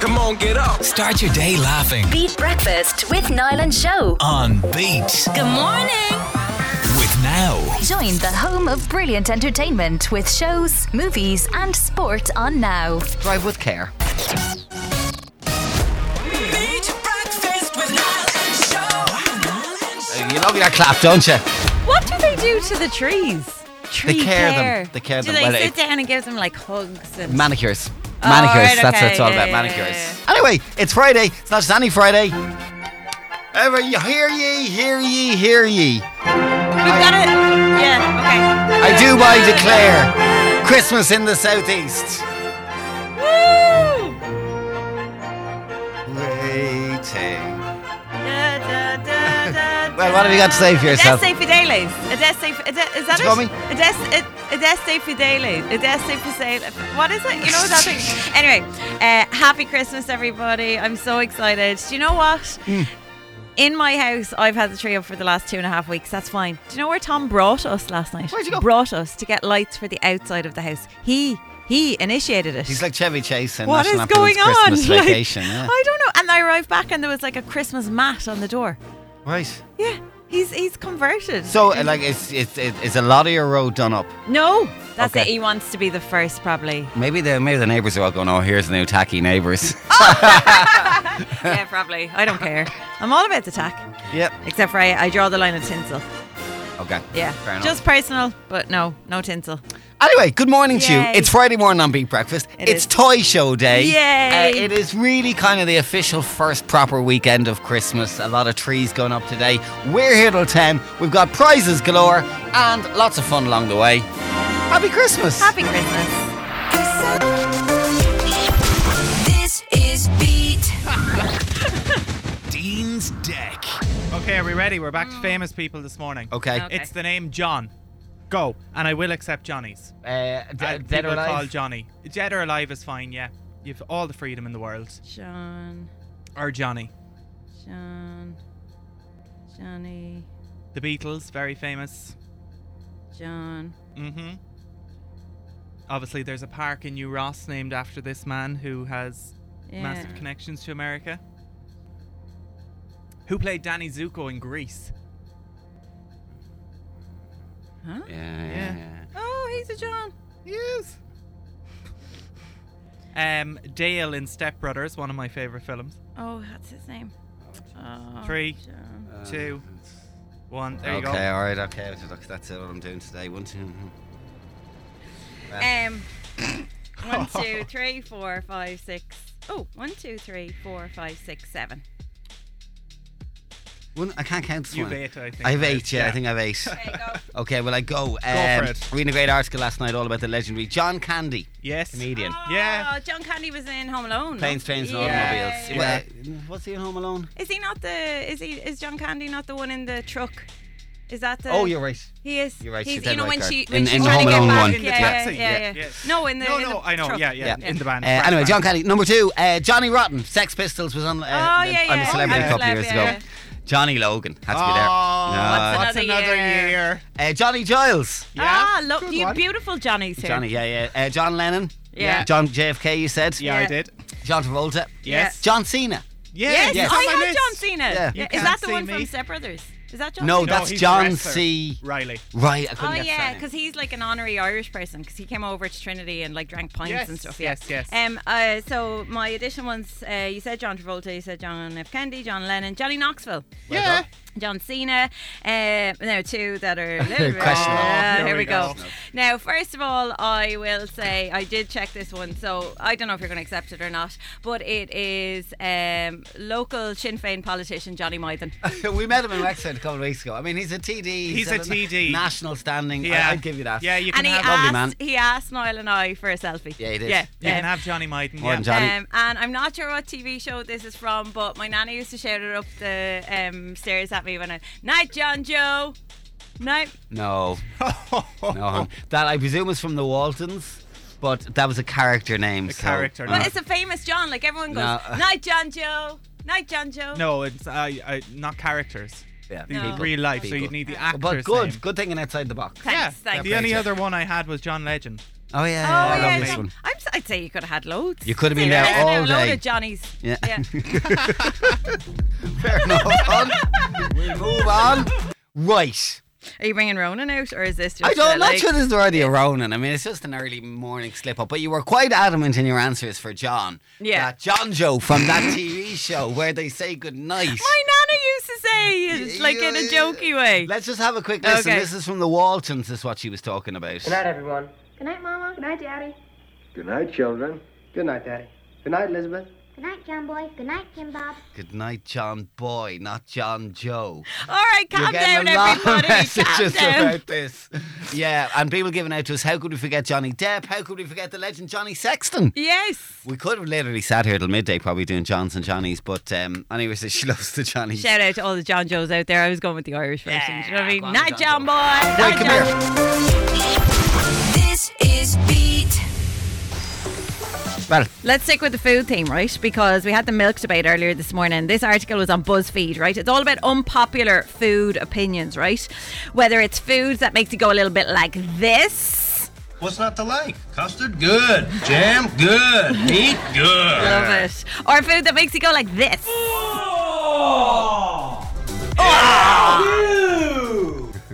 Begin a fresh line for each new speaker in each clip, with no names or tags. Come on, get up.
Start your day laughing
Beat Breakfast with Niall and Show.
on Beat
Good morning.
with Now.
Join the home of brilliant entertainment with shows, movies, and sport on Now.
Drive with care.
Beat breakfast with Niall and Show.
Uh, You love your clap, don't you?
What do they do to the trees? Tree
care them. They care
do
them.
they
Well,
sit
it-
down and give them like hugs and
Manicures. Manicures.
Oh, right,
That's what
okay,
it's all
yeah,
about.
yeah,
Manicures.
yeah,
Anyway, it's Friday. It's not just any Friday. Ever you hear ye, hear ye, hear ye.
We've got it. Yeah. Okay.
I do by declare Christmas in the southeast.
Woo!
Waiting.
Da, da, da, da, da.
Well, what have you got to say for yourself?
Adeste Fideles. Adeste F- Ade- is that
Tell me.
it? Adeste, Ad- Adeste Fideles. Adeste Fideles. What is it? You know that thing? Anyway, uh, happy Christmas, everybody. I'm so excited. Do you know what?
Hmm.
In my house, I've had the tree up for the last two and a half weeks. That's fine. Do you know where Tom brought us last night?
Where'd you go?
Brought us to get lights for the outside of the house. He he initiated it.
He's like Chevy Chase and
What is
National
going
Lampoon's
on?
Christmas
Like,
Vacation. yeah.
I don't know. And I arrived back and there was like a Christmas mat on the door.
Right.
Yeah, he's he's converted.
So, uh, like, it's, it's, it's it's a lot of your road done up.
no, that's
Okay.
it. He wants to be the first, probably.
Maybe the maybe the neighbours are all going, oh, here's the new tacky neighbours.
yeah, probably. I don't care. I'm all about the tack,
yep.
except for I, I draw the line of tinsel.
Okay.
Yeah,
Fair enough.
just personal, but no, no tinsel.
Anyway, good morning to you.
Yay.
It's Friday morning on Big Breakfast.
It
it's
is.
Toy Show Day.
Yay.
Uh, it is really kind of the official first proper weekend of Christmas. A lot of trees going up today. We're here till 10. We've got prizes galore and lots of fun along the way. Happy Christmas.
Happy Christmas.
This is Beat.
Dean's Deck.
Okay, are we ready? We're back to famous people this morning.
Okay.
Okay.
It's the name John. Go, and I will accept Johnny's.
Uh, d-
Uh,
dead or
people Call
alive?
Johnny. Dead or alive is fine. Yeah, you've all the freedom in the world.
Sean,
Or Johnny.
Sean, Johnny,
The Beatles, very famous.
John.
Mm-hmm. Obviously, there's a park in New Ross named after this man who has massive connections to America. Who played Danny Zuko in Greece?
Huh?
Yeah, yeah,
Yeah.
yeah.
Oh, he's a John.
Yes. Um, Dale in Step Brothers, one of my favorite films.
Oh, that's his name. Oh,
Three.
John.
Uh,
Two, one. There
okay,
you go.
all right, okay. Look, That's it, what I'm doing today. One, two. mm-hmm.
Um, one, two, three, four, five, six. Oh, one, two, three, four, five, six, seven.
One, I can't count this
You've
one.
eight, I think.
I have eight, yeah, I think I have eight.
There you go.
Okay, well, I go. um,
for it.
Reading a great article last night all about the legendary John Candy,
Yes.
comedian.
Yeah.
Oh, John Candy was in Home Alone.
Planes, trains, and
Yeah.
automobiles. Well, uh, was he in Home Alone?
Is he not the? Is he? Is John Candy not the one in the truck? Is that the?
Oh, you're right.
He is.
you're right,
He's,
she's
you know
dead
when
right,
she
Garth.
when
In-
she's
in
trying
Home
to get
Alone
back.
one.
Yeah,
In the
yeah,
taxi,
yeah,
yeah,
yeah.
yeah.
No, in the.
No,
in
no,
the
I know.
truck.
Yeah, yeah,
Yeah.
in the van.
Uh,
Frank
anyway,
van.
John Candy. Number two, uh, Johnny Rotten. Sex Pistols was on. Uh,
Oh, yeah,
on
yeah.
a celebrity
Oh,
a couple
yeah.
of years ago.
Yeah.
Johnny Logan has to be there.
Oh,
No,
What's another year?
uh, Johnny Giles.
Ah,
Yeah.
look,
Good
you
one.
beautiful Johnny's here.
Johnny, yeah, yeah. Uh, John Lennon.
Yeah.
John JFK, you said.
Yeah, I
Yeah.
did.
John Travolta.
Yes.
John Cena.
Yes,
Yes.
I
on my
had
list.
John Cena.
Yeah.
You
Is
can't
that the
see
one from
me.
Step Brothers? Is that John?
No,
Cena?
No,
that's
he's a
John
wrestler.
C.
Riley.
Right, I couldn't
Oh
get the
yeah,
surname.
because he's like an honorary Irish person because he came over to Trinity and like drank pints
Yes,
and stuff.
yes,
yeah.
yes.
Um. Uh, so my addition ones. Uh, you said John Travolta. You said John F. Kennedy. John Lennon. Johnny Knoxville.
Yeah.
John Cena. Uh, there are two that are. a little bit-
Questionable.
Uh,
Here
here
we
we go.
go.
Now, first of all, I will say I did check this one, so I don't know if you're going to accept it or not, but it is um, local Sinn Féin politician Johnny Mython.
we met him in Wexford a couple of weeks ago. I mean, he's a TD. He's,
He's a
at na-
TD.
National standing.
Yeah.
I, I'd give you that.
Yeah, you
And
can
he
have.
lovely man.
asked, he asked Niall and I for a selfie.
Yeah, he did.
Yeah, um,
you
yeah.
can have Johnny Myden.
More
Yeah.
than Johnny.
Um, and I'm not sure what TV show this is from, but my nanny used to shout it up the um, stairs at me when I night John Joe, night.
no, no, hon. that I presume is from the Waltons, but that was a character name.
A
so-
character
But
name.
it's a famous John. Like everyone goes
No.
night John Joe, night John Joe.
No, it's uh, uh, not characters.
Yeah,
These are
people.
real life, so
People.
you'd need the actors.
But good,
name.
good thinking outside the box.
Thanks,
yeah.
thanks.
The only
Gotcha.
other one I had was John Legend.
Oh yeah, yeah,
Oh,
I
yeah,
love this
yeah.
one.
I'm, s- I'd say you could have had loads.
You could have been
I'd
there
have had
all
a load
day.
of Johnny's.
Yeah.
Yeah.
Fair enough. On. We move on. Right.
Are you bringing Ronan out, or is this just?
I
a,
don't. Not
like,
sure this is already a Ronan. I mean, it's just an early morning slip up. But you were quite adamant in your answers for John.
Yeah.
That John Joe from that TV show where they say goodnight.
My nana used to say, it's like in a jokey way.
Let's just have a quick listen.
Okay.
This is from the Waltons. Is what she was talking about.
Good night, everyone.
Good night, Mama. Good night, Daddy.
Good night, children.
Good night, Daddy. Good night, Elizabeth.
Good night, John Boy. Good night, Jim Bob.
Good night, John Boy, not John Joe.
All right,
You're
calm down,
getting a lot
everybody.
of messages
Calm down.
about this. Yeah, and people giving out to us. How could we forget Johnny Depp? How could we forget the legend Johnny Sexton?
Yes.
We could have literally sat here till midday, probably doing Johns and Johnnies. But um, anyway, so she loves the Johnnies.
Shout out to all the John Joes out there. I was going with the Irish version. do you know what I mean?
go on,
Not John
John
Boy. Not
Wait, come
John-
here.
This is Beat.
Well,
Let's stick with the food theme, right? Because we had the milk debate earlier this morning. This article was on BuzzFeed, right? It's all about unpopular food opinions, right? Whether it's foods that makes you go a little bit like this.
What's not to like? Custard? Good. Jam? Good. Meat? Good.
Love it. Or food that makes you go like this.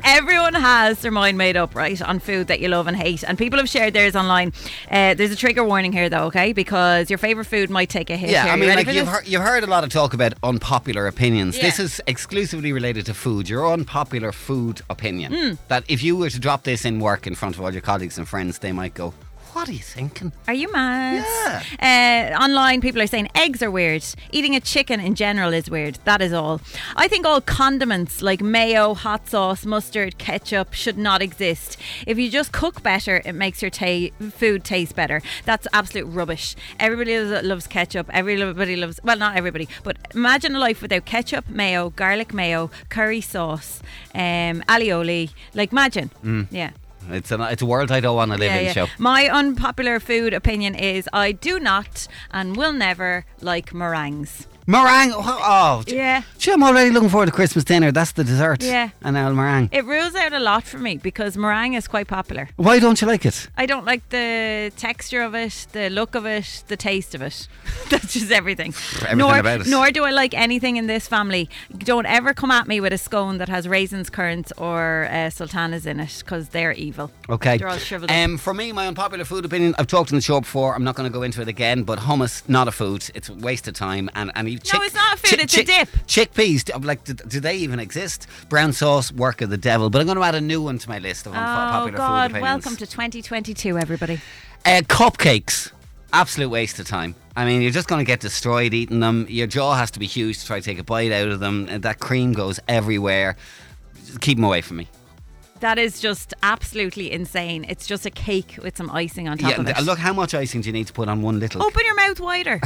Everyone has their mind made up, right, on food that you love and hate. And people have shared theirs online. Uh, there's a trigger warning here, though, okay? Because your favourite food might take a hit.
yeah,
here.
I
You
mean,
ready
like
for
you've
this?
heard, you've heard a lot of talk about unpopular opinions.
Yeah.
This is exclusively related to food. Your unpopular food opinion.
Hmm.
That if you were to drop this in work in front of all your colleagues and friends, they might go, "What are you thinking?"
Are you mad? Yeah. Uh, online, people are saying eggs are weird. Eating a chicken in general is weird. That is all. I think all condiments like mayo, hot sauce, mustard, ketchup should not exist. If you just cook better, it makes your ta- food taste better. That's absolute rubbish. Everybody lo- loves ketchup. Everybody loves, well, not everybody, but imagine a life without ketchup, mayo, garlic mayo, curry sauce, um, alioli. Like, imagine. Yeah.
It's a it's a world I don't want to live in. Show.
My unpopular food opinion is I do not and will never like meringues.
Meringue. Oh, oh,
Yeah.
Gee, I'm already looking forward to Christmas dinner. That's the dessert.
Yeah.
And now meringue.
It rules out a lot for me because meringue is quite popular.
Why don't you like it?
I don't like the texture of it, the look of it, the taste of it. That's just everything.
Everything
nor,
about it.
nor do I like anything in this family. Don't ever come at me with a scone that has raisins, currants, or uh, sultanas in it because they're evil.
Okay.
They're all shriveled up.
um, for me, my unpopular food opinion, I've talked on the show before. I'm not going to go into it again, but hummus, not a food. It's a waste of time. And, and you chick-
it's not a food,
chick-
it's a
chick-
dip.
Chickpeas, do- like, do, do they even exist? Brown sauce, work of the devil. But I'm going to add a new one to my list of
Oh,
unpopular
God.
food opinions.
Welcome to 2022, everybody.
Uh, cupcakes, absolute waste of time. I mean, you're just going to get destroyed eating them. Your jaw has to be huge to try to take a bite out of them. And that cream goes everywhere. Just keep them away from me.
That is just absolutely insane. It's just a cake with some icing on top
Yeah,
of it. Oh,
th- look, how much icing do you need to put on one little?
Open your mouth wider.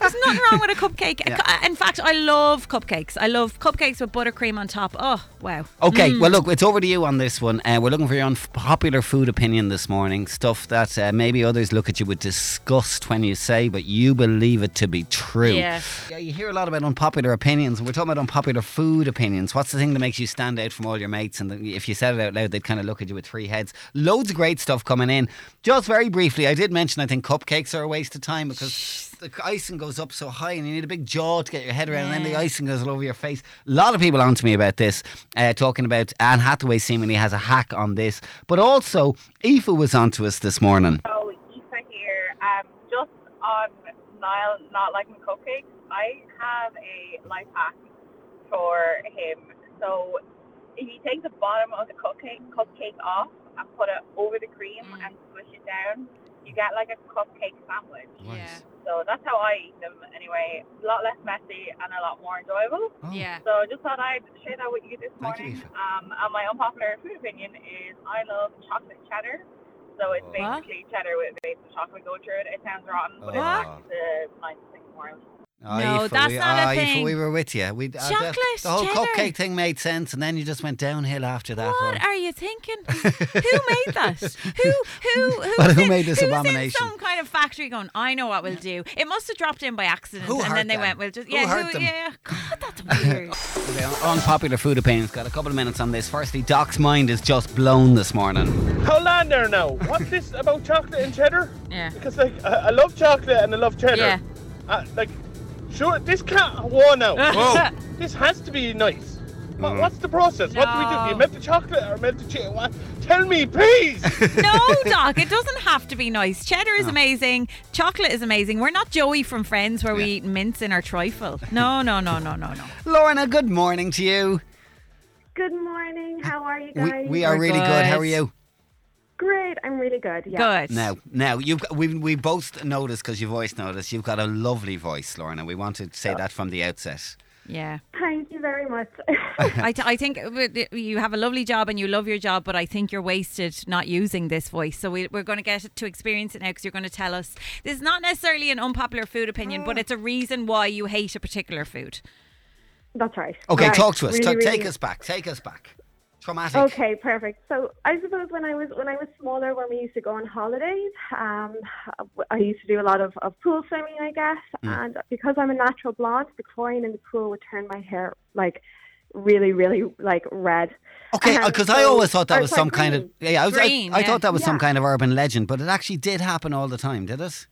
There's nothing wrong with a cupcake. A
Yeah.
cu- In fact, I love cupcakes. I love cupcakes with buttercream on top. Oh, wow.
Okay, well, look, it's over to you on this one. Uh, we're looking for your unpopular food opinion this morning. Stuff that uh, maybe others look at you with disgust when you say, but you believe it to be true.
Yeah.
Yeah, you hear a lot about unpopular opinions, and we're talking about unpopular food opinions. What's the thing that makes you stand out from all your mates? And the- if you said it out loud, they'd kind of look at you with three heads. Loads of great stuff coming in. Just very briefly, I did mention I think cupcakes are a waste of time because the icing goes up so high, and you need a big jaw to get your head around, and then the icing goes all over your face. A lot of people on to me about this, uh, talking about Anne Hathaway seemingly has a hack on this, but also Aoife was on to us this morning.
So Issa here. Um, just on Niall not liking cupcakes, I have a life hack for him. So if you take the bottom of the cupcake cupcake off and put it over the cream and squish it down, you get like a cupcake sandwich.
Yeah.
So that's how I eat them anyway. A lot less messy and a lot more enjoyable.
Oh.
Yeah.
So I just thought I'd share that with you this
Thank you,
morning.
Aoife.
Um, and my unpopular food opinion is I love chocolate cheddar. So it's
What?
basically cheddar with bits of chocolate go through it. It sounds rotten, but
Oh.
it's actually the nicest thing in the world.
Aye,
No,
for
that's
we,
not a
aye, for
thing.
we were with you. We uh,
Chocolate,
the, the whole
cheddar.
cupcake thing made sense, and then you just went downhill after that.
What
one.
are you thinking? who made that? Who who who,
Well, who
in-
made this
who's
abomination?
In some kind of factory going. I know what we'll do. It must have dropped in by accident,
Who
and
hurt
then they
them?
went. We'll just
Who
yeah.
hurt them?
yeah. God, that's weird.
Okay, un- unpopular food opinions. Got a couple of minutes on this. Firstly, Doc's mind is just blown this morning.
Hold on there now. What's this about chocolate and cheddar?
Yeah.
Because like I, I love chocolate and I love cheddar.
Yeah.
Uh, like, sure, this can't. Whoa, now.
Whoa.
this has to be nice. What, What's the process? What do we do? Do you
No.
melt the chocolate or melt the cheese? What? Tell me, please.
no, Doc, it doesn't have to be nice. Cheddar is amazing. Chocolate is amazing. We're not Joey from Friends where we eat mince in our trifle. No, no, no, no, no, no.
Lorna, good morning to you.
Good morning. How are you
We,
guys?
we are
We're
really good. How
good.
are you?
Great. I'm really good. Yeah.
Good.
Now, now you've got- we we both noticed because your voice noticed you've got a lovely voice, Lorna. We want to say that from the outset.
Yeah.
Thank you very much.
I, t- I think w- you have a lovely job and you love your job, but I think you're wasted not using this voice. So we, we're going to get to experience it now because you're going to tell us. This is not necessarily an unpopular food opinion, but it's a reason why you hate a particular food.
That's right.
Okay,
Right.
talk to us.
Really,
Ta-
really-
take us back. Take us back. Traumatic.
Okay, perfect. So I suppose when I was when I was smaller, when we used to go on holidays, um, I used to do a lot of, of pool swimming, I guess.
Hmm.
And because I'm a natural blonde, the chlorine in the pool would turn my hair like really, really like red.
Okay,
Um,
because I
so-
always thought that
or
was
sorry,
some kind of
green.
yeah. I, was, I-
Green,
I,
yeah.
thought that was some
Yeah.
kind of urban legend, but it actually did happen all the time, did it?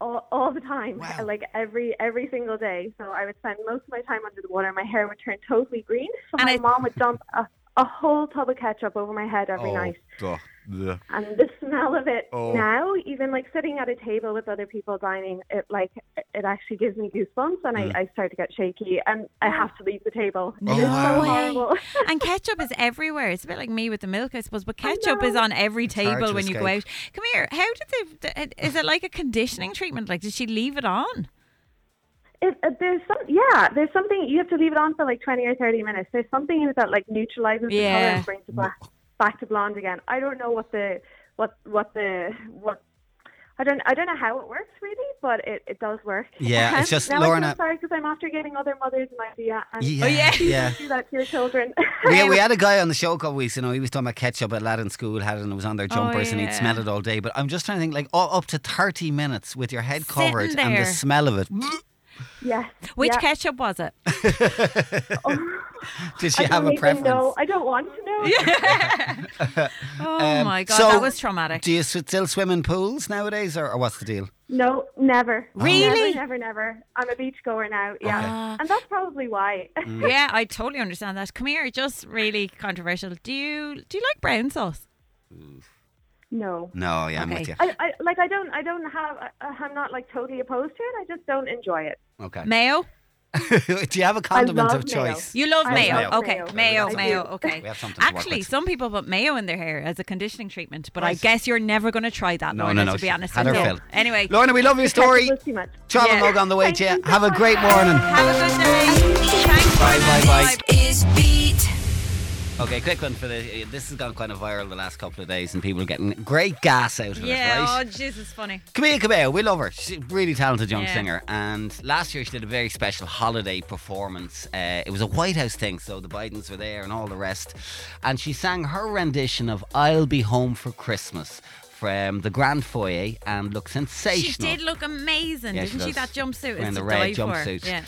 all, all the time,
Wow.
like every every single day. So I would spend most of my time under the water. My hair would turn totally green. So
And
my
I-
mom would dump a, a whole tub of ketchup over my head every night.
duh. Bleh.
And the smell of it
Oh.
now, even like sitting at a table with other people dining, it like it actually gives me goosebumps, and I, I start to get shaky, and I have to leave the table.
Mm. Oh,
it's
wow.
so horrible.
and ketchup is everywhere. It's a bit like me with the milk, I suppose. But ketchup is on every
hard
table
to
when you go out.
escape.
Come here. How did they? th- Is it like a conditioning treatment? Like, did she leave it on?
If, if uh, there's some, yeah, there's something you have to leave it on for like 20 or 30 minutes. There's something in it that like neutralizes the color
Yeah.
and brings it back back to blonde again. I don't know what the what what the what. I don't, I don't know how it works really, but it, it does work.
Yeah, it's just,
now I
Lorna-
feel sorry because I'm after getting other mothers an idea and
Yeah,
yeah.
please
yeah.
don't do that to your children.
We, we had a guy on the show a couple weeks, you know, he was talking about ketchup a lad in school had it and it was on their jumpers and he'd
yeah.
smell it all day. But I'm just trying to think, like, all, up to 30 minutes with your head
Sitting
covered and the
there.
smell of it.
yes.
Which
yeah.
ketchup was it?
Um, Did
I
she have
don't
a
even
preference?
Know. I don't want to know.
Oh
Um,
my god,
so-
that was traumatic.
Do you s- still swim in pools nowadays or, or what's the deal?
No, never.
Really?
Never, never, never. I'm a beachgoer now. Yeah.
Okay. Mm.
And that's probably why.
yeah, I totally understand that. Come here, just really controversial. Do you do you like brown sauce?
no.
No, yeah, I'm with
Okay.
you.
I, I like I don't I don't have I, I'm not like totally opposed to it. I just don't enjoy it.
Okay.
Mayo?
do you have a condiment
love
of
mayo.
choice?
You love
I
mayo.
love
Okay,
mayo.
mayo,
I do.
mayo. Okay.
We have something to work
Actually,
with.
some people put mayo in their hair as a conditioning treatment, but I guess you're never going to try that.
No,
Lorna,
no, no,
To be
she's
honest,
had
with
her
you.
fill.
Anyway,
Lorna, we love your story.
Ketchup is too much.
Travel
Yeah.
mug on the way to you.
Thank you so
Have a
much.
great morning.
have a good day. Thanks,
Bye,
Lorna.
bye, bye.
Is beat.
Okay, quick one for the. This has gone kind of viral the last couple of days, and people are getting great gas out of it,
Yeah.
right?
Oh, Jesus, funny.
Camila Cabello, we love her. She's a really talented young
Yeah.
singer. And last year she did a very special holiday performance. Uh, it was a White House thing, so the Bidens were there and all the rest. And she sang her rendition of I'll Be Home for Christmas from the Grand Foyer and looked sensational.
She did look amazing,
Yeah,
didn't she?
does.
That jumpsuit
Wearing
is
the
to die
red
for.
jumpsuit.
Yeah.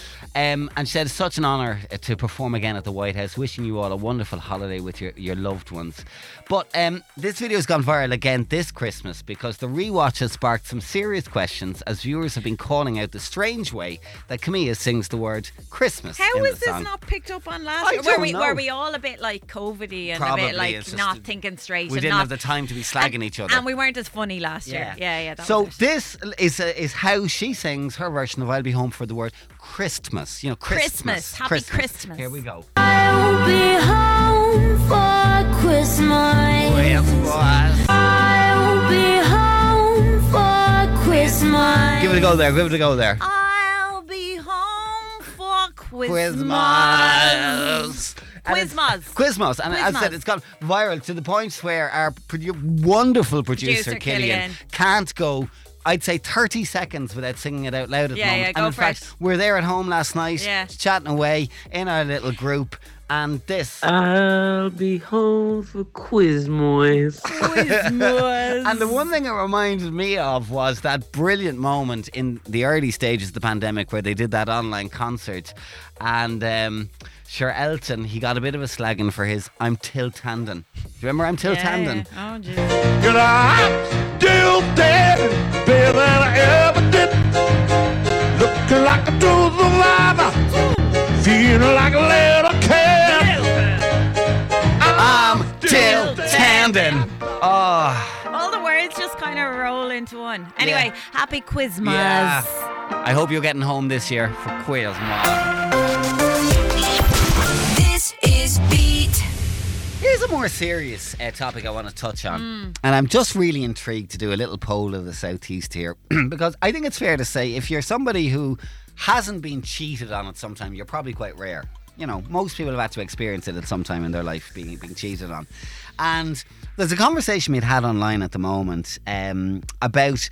Um, and she said, it's such an honour uh, to perform again at the White House. Wishing you all a wonderful holiday with your, your loved ones. But um, this video has gone viral again this Christmas because the rewatch has sparked some serious questions as viewers have been calling out the strange way that Camilla sings the word Christmas.
How
in
was
the
this
song.
not picked up on
I
last? year?
don't
Were we
know.
were we all a bit like COVIDy and a
Probably,
bit like
it's just
not
that
thinking straight?
we
and
didn't have
not-
the time to be slagging
and-
each other.
and we weren't as funny last year. Yeah, yeah. That
so
was it.
this is uh, is how she sings her version of "I'll Be Home for the Word Christmas." You know,
Christmas.
Christmas,
Happy Christmas.
Here we go.
I'll be home for Christmas. I'll be home for Christmas.
Give it a go there. Give it a go there.
I'll be home for Quizmas.
Quizmas.
Quizmas.
Quizmas. And as I said,
Quizmas.
it's gone viral to the point where our produ- wonderful producer,
Producer
Killian,
Killian.
can't go I'd say 30 seconds without singing it out loud at
Yeah,
the moment.
yeah,
and
go
in
for
fact,
it.
we're there at home last night,
Yeah.
chatting away in our little group, and this.
Uh,
I'll be home for Quizmoys.
and the one thing it reminded me of was that brilliant moment in the early stages of the pandemic where they did that online concert. And um, sure, Elton, he got a bit of a slagging for his I'm Till Tandon. Do you remember I'm Till
Yeah,
Tandon?
yeah. Oh, geez.
Could I do that better than I ever did? Looking like a truth of lava, feeling like a little kid.
I'm Till Tandon. Oh.
All the words just kind of roll into one. Anyway, happy Quizmas.
Yeah. I hope you're getting home this year for Quizmas.
This is Beat.
Here's a more serious uh, topic I want to touch on.
Mm.
And I'm just really intrigued to do a little poll of the Southeast here because I think it's fair to say if you're somebody who hasn't been cheated on at some time, you're probably quite rare. You know, most people have had to experience it at some time in their life being, being cheated on. And there's a conversation we'd had online at the moment um, about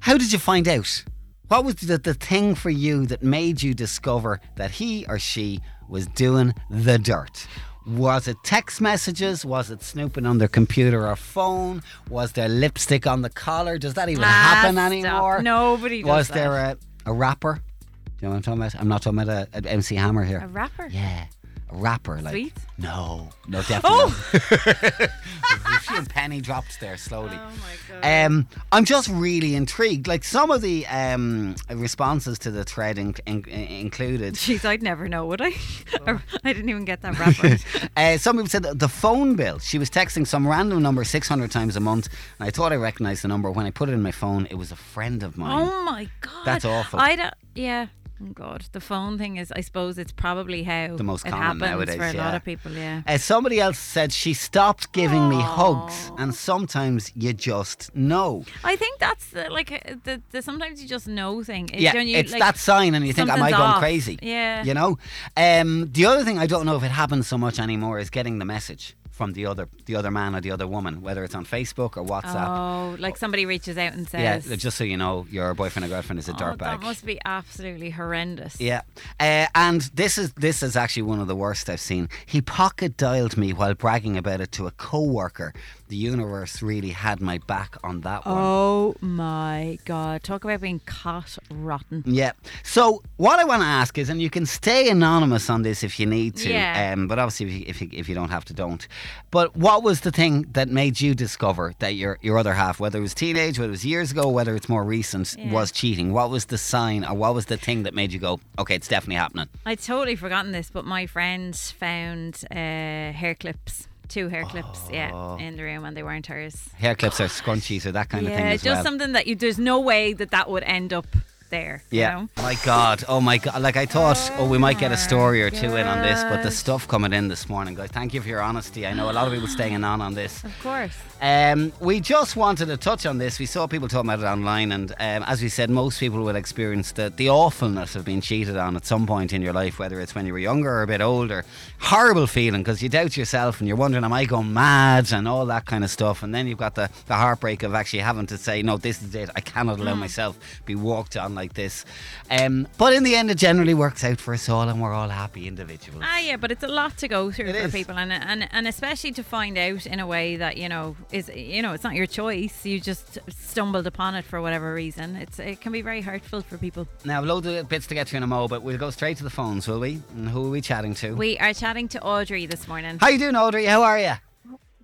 how did you find out? What was the, the thing for you that made you discover that he or she was doing the dirt? Was it text messages? Was it snooping on their computer or phone? Was there lipstick on the collar? Does that even
Ah,
happen
stop.
anymore?
Nobody does
Was
that.
there a, a rapper? Do you know what I'm talking about? I'm not talking about a, a MC Hammer here.
A rapper?
Yeah. A rapper, like
Sweet?
no, no, definitely. not. a few penny drops there slowly. Oh my god! Um, I'm just really intrigued. Like some of the um, responses to the thread in, in, included.
Jeez, I'd never know, would I? I didn't even get that rapper.
Uh, some people said that the phone bill. She was texting some random number 600 times a month, and I thought I recognised the number. When I put it in my phone, it was a friend of mine.
oh my god.
That's awful.
I don't. Yeah. Oh God, the phone thing is. I suppose it's probably how
The most
it
common
happens
nowadays,
for a lot
yeah.
of people. Yeah.
Uh, somebody else said she stopped giving me hugs, and sometimes you just know.
I think that's the, like uh, the, the sometimes you just know thing. It's
yeah,
when you,
it's
like,
that sign, and you think, "Am I
something's
going
off."
crazy?"
Yeah.
you know. Um, the other thing I don't know if it happens so much anymore is getting the message from the other the other man or the other woman, whether it's on Facebook or WhatsApp.
Oh, like somebody reaches out and
yeah,
says,
just so you know, your boyfriend or girlfriend is a
"Oh, that
dirtbag.
must be absolutely horrendous."
Yeah, uh, and this is this is actually one of the worst I've seen. He pocket dialed me while bragging about it to a co-worker. The universe really had my back on that one.
Oh my god! Talk about being caught rotten.
Yeah. So what I want to ask is, and you can stay anonymous on this if you need to,
Yeah.
um, but obviously if you, if, you, if you don't have to, don't. But what was the thing that made you discover that your your other half, whether it was teenage, whether it was years ago, whether it's more recent,
Yeah.
was cheating? What was the sign, or what was the thing that made you go, okay, it's definitely happening?
I'd totally forgotten this, but my friend found uh, hair clips, two hair clips, yeah, in the room, and they weren't hers.
Hair clips or scrunchies or that kind of
yeah,
thing as
just
well.
something that you. There's no way that that would end up there.
yeah. My God. Oh my God. Like I thought, oh, we might get a story or two in on this, but the stuff coming in this morning, guys. Thank you for your honesty. I know a lot of people staying on on this.
Of course.
Um, we just wanted to touch on this. We saw people talking about it online, and um, as we said, most people will experience the, the awfulness of being cheated on at some point in your life, whether it's when you were younger or a bit older. Horrible feeling because you doubt yourself and you're wondering, am I going mad and all that kind of stuff. And then you've got the, the heartbreak of actually having to say, no, this is it. I cannot allow myself be walked on like this. Um, but in the end, it generally works out for us all, and we're all happy individuals.
Ah, yeah, but it's a lot to go through
It
for
is.
people, and, and and especially to find out in a way that you know is you know it's not your choice. You just stumbled upon it for whatever reason. It's it can be very hurtful for people.
Now, loads of bits to get to in a mo, but we'll go straight to the phones, will we? And who are we chatting to?
We are chatting to Audrey this morning.
How you doing, Audrey? How are you?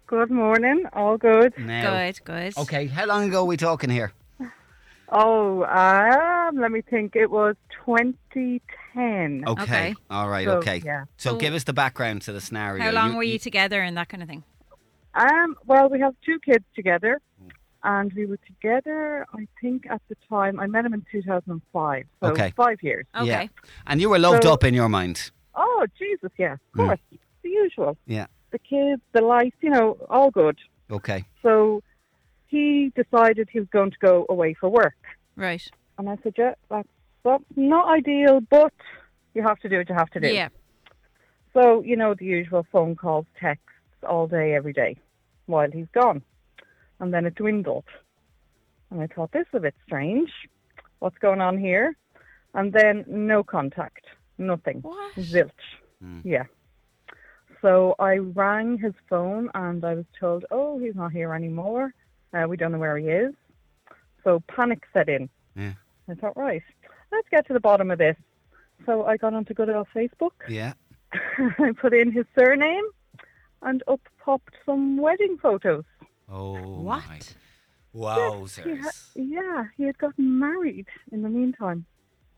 Good morning. All good.
Now-
Good, good.
Okay, how long ago are we talking here?
Oh, um, let me think. It was 2010.
Okay. All right,
So,
okay.
yeah.
So
So-
give us the background to the scenario.
How long were you together and that kind of thing?
Um, well, we have two kids together, and we were together. I think at the time I met him in 2005. So
Okay.
Five years.
Yeah. And you were loved
So-
up in your mind.
Oh Jesus! Yeah, of
Mm.
course. The usual.
Yeah.
The kids, the lights. You know, all good.
Okay.
So he decided he was going to go away for work.
Right.
And I said, yeah, that's, that's not ideal, but you have to do what you have to do.
Yeah.
So, you know, the usual phone calls, texts all day, every day while he's gone. And then it dwindled. And I thought, this is a bit strange. What's going on here? And then no contact, nothing, zilch. Yeah. So I rang his phone and I was told, oh, he's not here anymore. Uh, we don't know where he is. So panic set in.
Yeah.
I thought, right, let's get to the bottom of this. So I got onto good old Facebook.
Yeah.
I put in his surname and up popped some wedding photos.
Oh,
What?
My. Wow,
He ha- yeah, he had gotten married in the meantime.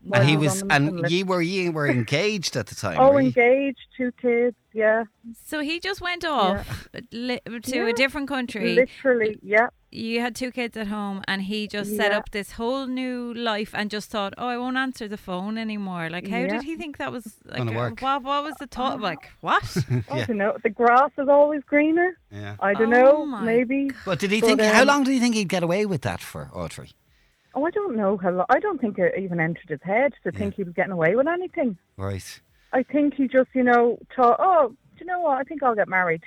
while
And he
I
was,
on the
and
maternal
ye
list.
were ye were engaged at the time.
Oh,
were ye?
engaged, two kids, yeah.
So he just went off li- to
Yeah.
a different country.
Literally, yeah.
You had two kids at home, and he just set
Yeah.
up this whole new life, and just thought, "Oh, I won't answer the phone anymore." Like, how
Yeah.
did he think that was like?
Gonna
uh,
work.
What, what was the thought? Like, what?
I don't know. The grass is always greener.
Yeah.
I don't
Oh
know.
my
Maybe.
But did he
But,
think? how
um,
long do you think he'd get away with that for, Audrey?
Oh, I don't know how. Lo- I don't think it even entered his head to think he was getting away with anything.
Right.
I think he just, you know, thought, oh, do you know what? I think I'll get married.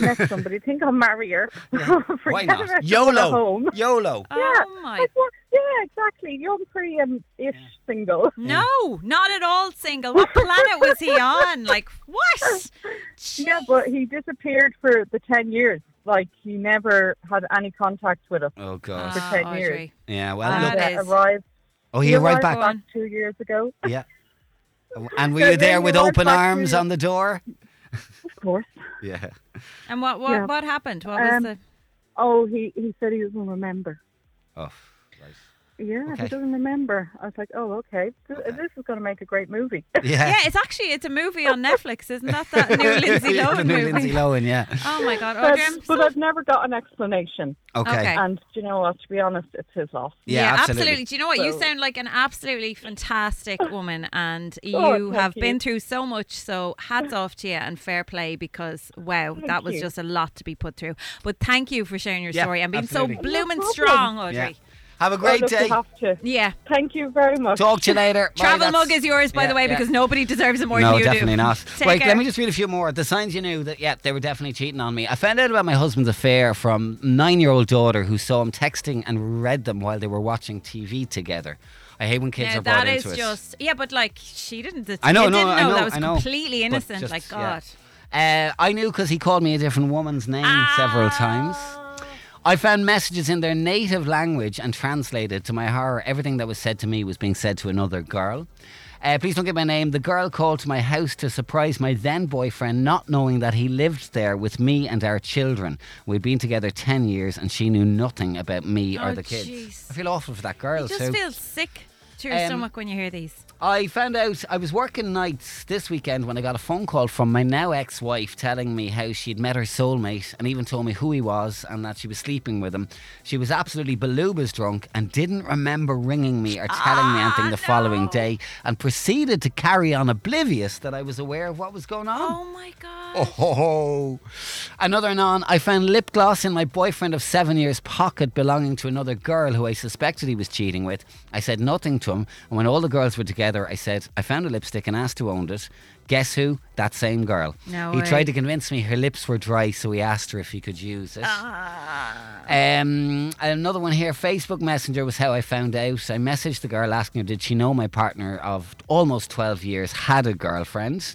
met somebody. I think I'll marry her. Forget
Why
the
not?
rest of the
YOLO.
home.
YOLO.
Yeah.
Oh my!
Like, what? Yeah, exactly. You're pretty um, ish single.
No, not at all single. What planet was he on? Like, what?
Yeah, but he disappeared for the 10 years. Like, he never had any contact with us.
Oh God.
For 10
Ah,
years.
Yeah. Well.
And,
Look.
Ah. uh, arrived,
Oh, he arrived
arrived
back.
two years ago.
Yeah. And
So
were you
then
there
you
with
went
open
back to
arms
your-
on the door?
Of course.
Yeah.
And what what,
Yeah.
what happened? What was
Um,
the?
Oh, he, he said he doesn't remember.
Oh.
Yeah,
Okay.
he doesn't remember. I was like, oh, okay. Th- This is going to make a great movie.
Yeah.
Yeah, it's actually it's a movie on Netflix, isn't that that new Lindsay
Yeah,
Lohan
the new
movie?
Lindsay Lohan, yeah.
Oh my God,
But,
Audrey! I'm
but I've never got an explanation.
Oh,
Okay. Okay.
And do you know what? To be honest, it's his loss.
Yeah, absolutely.
Do you know what? You
So-
sound like an absolutely fantastic woman, and you
Oh, thank
have been
you.
through so much. So hats off to you and fair play because wow,
Thank
that was
you.
just a lot to be put through. But thank you for sharing your
Yeah,
story and being
absolutely.
so
No
blooming
problem.
strong, Audrey.
Yeah. Have a great
oh, look, you
day.
have to.
Yeah.
Thank you very much.
Talk to you later. Bye,
Travel
that's-
mug is yours, by
Yeah,
the way,
yeah.
because nobody deserves it more
no,
than you
definitely
do.
not.
Take
Wait,
care.
let me just read a few more. The signs you knew that, yeah, they were definitely cheating on me. I found out about my husband's affair from nine-year-old daughter who saw him texting and read them while they were watching TV together. I hate when kids
Now,
are brought
that is
into it.
just yeah, but like she didn't. The
I know,
kid
no,
didn't
I know,
that was
I know.
completely
But
innocent.
just-
like
yeah.
God,
Uh, I knew because he called me a different woman's name several
Ah.
times. I found messages in their native language and translated. To my horror, everything that was said to me was being said to another girl. Uh, please don't get my name. The girl called to my house to surprise my then boyfriend, not knowing that he lived there with me and our children. We'd been together 10 years and she knew nothing about me or
Oh,
the kids.
jeez.
I feel awful for that girl,
you just
too.
feel sick to your
Um,
stomach when you hear these.
I found out I was working nights this weekend when I got a phone call from my now ex wife telling me how she'd met her soulmate and even told me who he was and that she was sleeping with him. She was absolutely belugas drunk and didn't remember ringing me or telling me anything the following day and proceeded to carry on oblivious that I was aware of what was going on.
Oh my god.
Oh, ho, ho. Another and on. I found lip gloss in my boyfriend of seven years' pocket belonging to another girl who I suspected he was cheating with. I said nothing to him, and when all the girls were together, I said, I found a lipstick and asked who owned it. Guess who? That same girl.
No
he
way.
tried to convince me her lips were dry, so he asked her if he could use
Oh.
it. Um, another one here. Facebook Messenger was how I found out. I messaged the girl asking her, did she know my partner of almost 12 years had a girlfriend?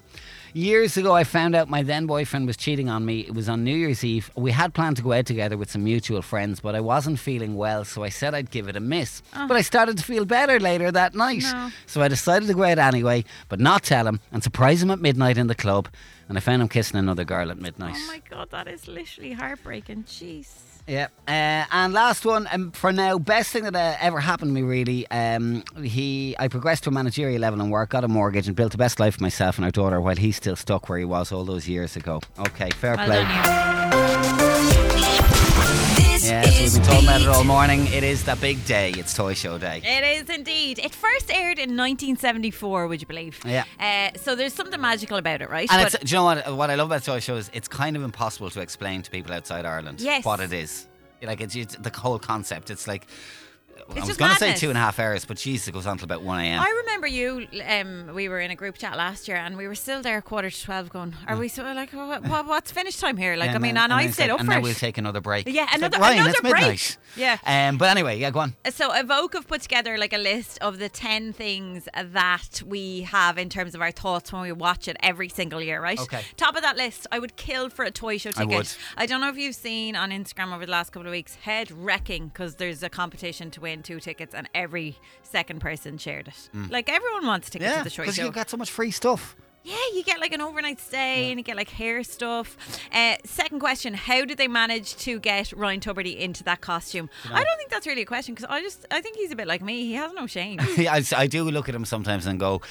Years ago, I found out my then boyfriend was cheating on me. It was on New Year's Eve. We had planned to go out together with some mutual friends, but I wasn't feeling well, so I said I'd give it a miss. But I started to feel better later that night.
Ah. No.
So I decided to go out anyway, but not tell him and surprise him at midnight in the club. And I found him kissing another girl at midnight.
Oh my god, that is literally heartbreaking. Jeez.
Yeah. Uh, and last one um, for now, best thing that uh, ever happened to me really. Um, he, I progressed to a managerial level in work, got a mortgage, and built the best life for myself and our daughter while he's still stuck where he was all those years ago. Okay, fair
Well
play.
done,
Yes, we've been talking about it all morning. It is the big day. It's Toy Show Day.
you. It is indeed. It first aired in 1974. Would you believe?
Yeah.
Uh, so there's something magical about it, right?
And
But-
it's, uh, do you know what? What I love about Toy Show is it's kind of impossible to explain to people outside Ireland
Yes.
what it is. Like it's, it's the whole concept. It's like I was
just
going to say
madness.
two and a half hours, but jeez, it goes on till about 1 a.m.
I remember you. Um, we were in a group chat last year, and we were still there quarter to twelve. Going, are we so like what, what, what's finish time here? Like,
Yeah,
I mean,
then-
and, I "Oh,
then it's
stayed
like,
up
And
for
now
it.
we'll take another break.
Yeah,
It's like,
another-
Ryan,
another
it's midnight.
break. Yeah.
Um, but anyway, yeah, go on.
So Evoke have put together like a list of the 10 things that we have in terms of our thoughts when we watch it every single year, right?
Okay.
Top of that list, I would kill for a toy show
I
ticket.
would.
I don't know if you've seen on Instagram over the last couple of weeks, head wrecking because there's a competition to win two tickets and every second person shared it.
Mm.
Like everyone wants tickets
Yeah,
to the toy
because
show.
you've got so much free stuff.
Yeah, you get like an overnight stay and you get like hair stuff. Uh, second question: How did they manage to get Ryan Tuberty into that costume?
You know-
I don't think that's really a question because I just I think he's a bit like me. He has no shame.
Yeah, I, I do look at him sometimes and go,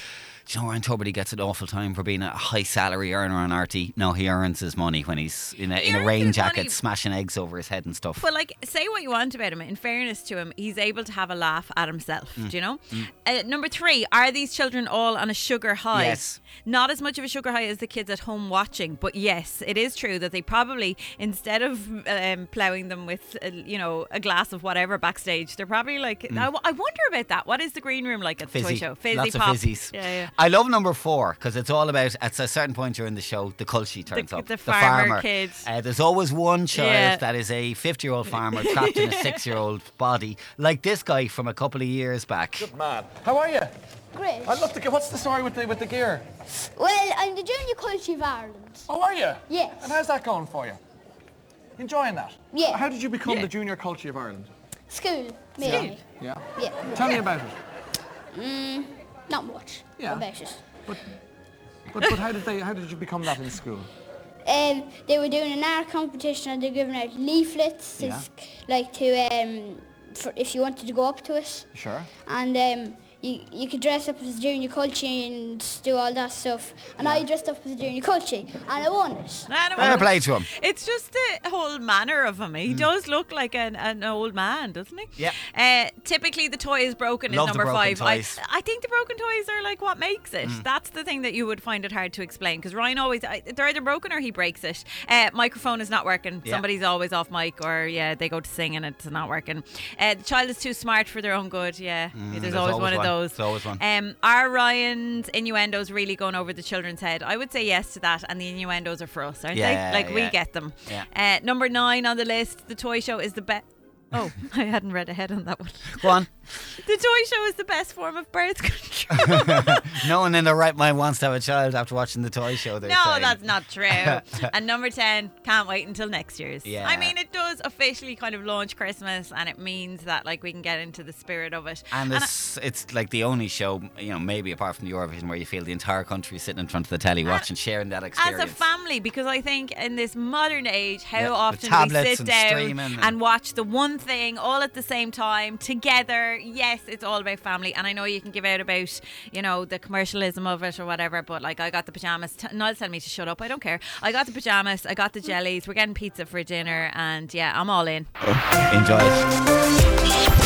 "Do you know, Ryan Tuberty gets an awful time for being a high salary earner on RT. No, he earns his money when he's in a, in a rain jacket,
money.
smashing eggs over his head and stuff.
but like, say what you want about him. In fairness to him, he's able to have a laugh at himself.
Mm.
Do you know?
Mm.
Uh, number three: Are these children all on a sugar high?
Yes.
Not as much of a sugar high as the kids at home watching, but yes, it is true that they probably instead of um, ploughing them with uh, you know a glass of whatever backstage, they're probably like.
Mm.
I, w- I wonder about that. What is the green room like at the toy
Fizzy.
show? Fizzy
Lots of
pop.
fizzies.
Yeah, yeah.
I love number four because it's all about at a certain point during the show the culture turns
the
up.
farmer kid.
Uh, there's always one child
Yeah.
that is a 50 year old farmer trapped in a six year old body, like this guy from a couple of years back.
Good man. How are you?
Great.
I'd love to get. What's the story with the with the gear?
Well, I'm the junior coach of Ireland.
Oh, are you?
Yes.
And how's that going for you? Enjoying that?
Yeah.
How did you become the junior coach of Ireland?
School, maybe.
Yeah.
Yeah.
Tell me
Yeah.
about it.
Mm, not much
Yeah.
about it.
But, but how did they? How did you become that in school?
Um, they were doing an art competition and they're giving out leaflets, to
Yeah.
s- like to um, for if you wanted to go up to it,
Sure.
and um, you you could dress up as junior coach and do all that stuff. And I dressed up as junior coach and I won it.
I don't
Fair
want-
play to him.
It's just the whole manner of him. He does look like an, an old man, doesn't he?
Hmm. Yeah.
Uh, typically, the toy is broken
Love
is
the
number
broken
five. I,
toys.
I think the broken toys are like what makes it.
Mm.
That's the thing that you would find it hard to explain because Ryan always I, they're either broken or he breaks it. Uh, microphone is not working.
Yeah.
Somebody's always off mic, or yeah, they go to sing and it's not working. Uh, the child is too smart for their own good. Yeah,
Mm,
there's, always, one, of those.
There's always one.
Um, are Ryan's innuendos really going over the children's head? I would say yes to that, and the innuendos are for us, aren't
Yeah,
they? Like
yeah.
we get them.
Yeah.
Uh, number nine on the list, the toy show is the best. Oh, I hadn't read ahead on that one.
Go on.
The toy show is the best form of birth control.
no one in their right mind wants to have a child after watching the toy show. They're
no,
saying.
that's not true. and number 10, can't wait until next year's.
Yeah.
I mean, it does officially kind of launch Christmas, and it means that like we can get into the spirit of it.
And
I-
it's, it's like the only show, you know, maybe apart from the Eurovision, where you feel the entire country sitting in front of the telly watching, sharing that experience.
Uh, as a family because I think in this modern age, how
Yeah, with
often we
tablets
sit
and
down
streaming
and,
and-
watch the one thing all at the same time together. Yes, it's all about family, and I know you can give out about you know the commercialism of it or whatever, but like I got the pajamas. T- Niall's telling me to shut up. I don't care. I got the pajamas. I got the jellies. We're getting pizza for dinner, and yeah, I'm all in.
Enjoy it.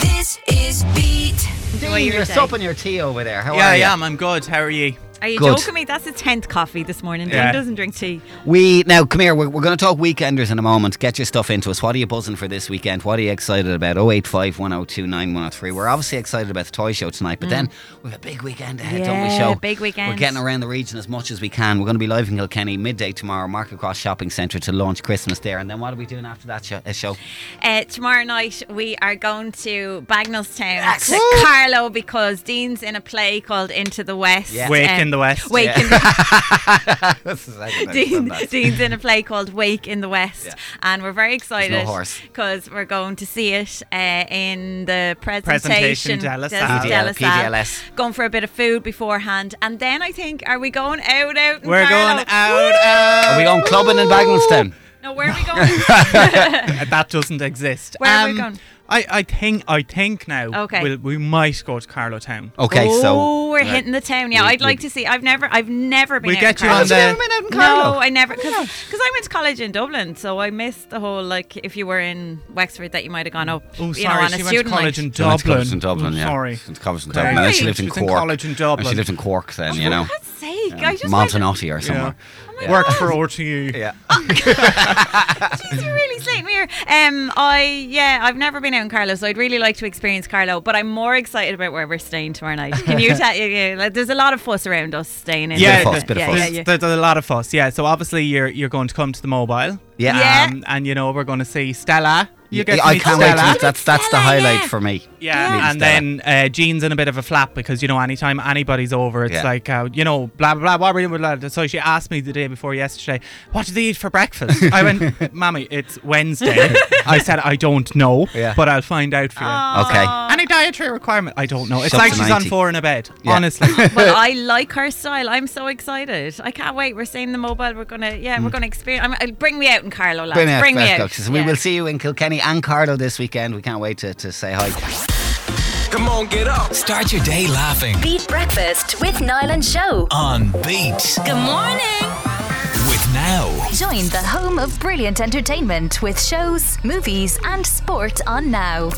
This is Beat.
What you were
you're
saying.
supping your tea over there. How
yeah,
are you?
I am. I'm good. How are you?
Are you
Good.
joking me? That's the tenth coffee this morning.
Yeah.
Dan doesn't drink tea.
We now come here. We're, we're going to talk weekenders in a moment. Get your stuff into us. What are you buzzing for this weekend? What are you excited about? 085 102 9103. We're obviously excited about the toy show tonight, but then we have a big weekend ahead, don't we?
Mm. Yeah,
Show
big weekend.
We're getting around the region as much as we can. We're going to be live in Kilkenny midday tomorrow, Market Cross Shopping Centre to launch Christmas there. And then what are we doing after that show? Uh, show?
Uh, tomorrow night we are going to Bagnallstown
Yes.
to
Woo!
Carlo because Dean's in a play called Into the West.
Yeah. Wake in the West.
Um, Wake
Yeah.
in the
That's the second time I've done
Dean,
that.
Dean's in a play called Wake in the West,
Yeah.
and we're very excited
horse.
because we're going to see it uh, in the presentation.
Presentation, Dallas
Yes,
Hall.
Dallas Hall.
PDLS.
Going for a bit of food beforehand, and then I think are we going out out? in
We're
Carlow?
going out, out.
Are we going clubbing in Bagnallstown?
No, where are we going?
that doesn't exist. Um,
Where are we going?
I, I think I think now
Okay.
we'll, we might go to Carlow Town.
Okay,
oh,
so.
we're
Right.
hitting the town. Yeah,
We-
I'd
we-
like to see. I've never, I've never been.
We
out
get
in
you on
Carlow.
the- Have you never been out in Carlow? Oh,
No, I never, because I went to college in Dublin, so I missed the whole like if you were in Wexford that you might have gone up.
Oh,
you
sorry,
know, on
she
a
went to
student
college
night.
in
She went to
Dublin.
college in Dublin,
Oh,
yeah.
sorry.
She went to college in
Great.
Dublin. Then she lived in
She was in
Cork.
college in
And she
Dublin.
lived in Cork then, you know.
God's sake, week. I just went-
Montanotti or somewhere.
Yeah.
Worked for RTE.
Yeah.
Ah,
Jeez, you really slate me here. Um, I yeah, I've never been out in Carlo, so I'd really like to experience Carlo. But I'm more excited about where we're staying tomorrow night. Can you tell? Yeah, like, there's a lot of fuss around us staying in.
yeah,
there.
th-
yeah,
there's,
yeah, yeah.
there's a lot of fuss. Yeah, so obviously you're you're going to come to the mobile.
Yeah. Yeah.
Um, and you know we're going to see Stella. You get to
I
meet
can't wait.
Stella.
To, that's that's the highlight for me.
Yeah,
Meeting
and then uh, Jean's in a bit of a flap because you know anytime anybody's over, it's
Yeah.
like uh, you know blah blah blah. What were you blah, blah. So she asked me the day before yesterday, "What did you eat for breakfast?" I went, "Mammy, it's Wednesday." I said, "I don't know, but I'll find out for you."
Okay.
Any dietary requirement? I don't know. It's
Shove
like
to
she's
90.
on four in a bed.
Yeah.
Honestly.
but I like her style. I'm so excited. I can't wait. We're staying in the mobile. We're gonna yeah, we're gonna experience. I'm, uh, bring me out in Carlo, lads.
Mm. Bring
Bring me
me out, Best
out.
Coaches. And We will see you in Kilkenny and Cardo this weekend. We can't wait to, to say hi.
Come on, get up. Start your day laughing
Beat Breakfast with Niall and Show.
on Beat.
Good morning.
With Now.
Join the home of brilliant entertainment with shows, movies, and sport on Now.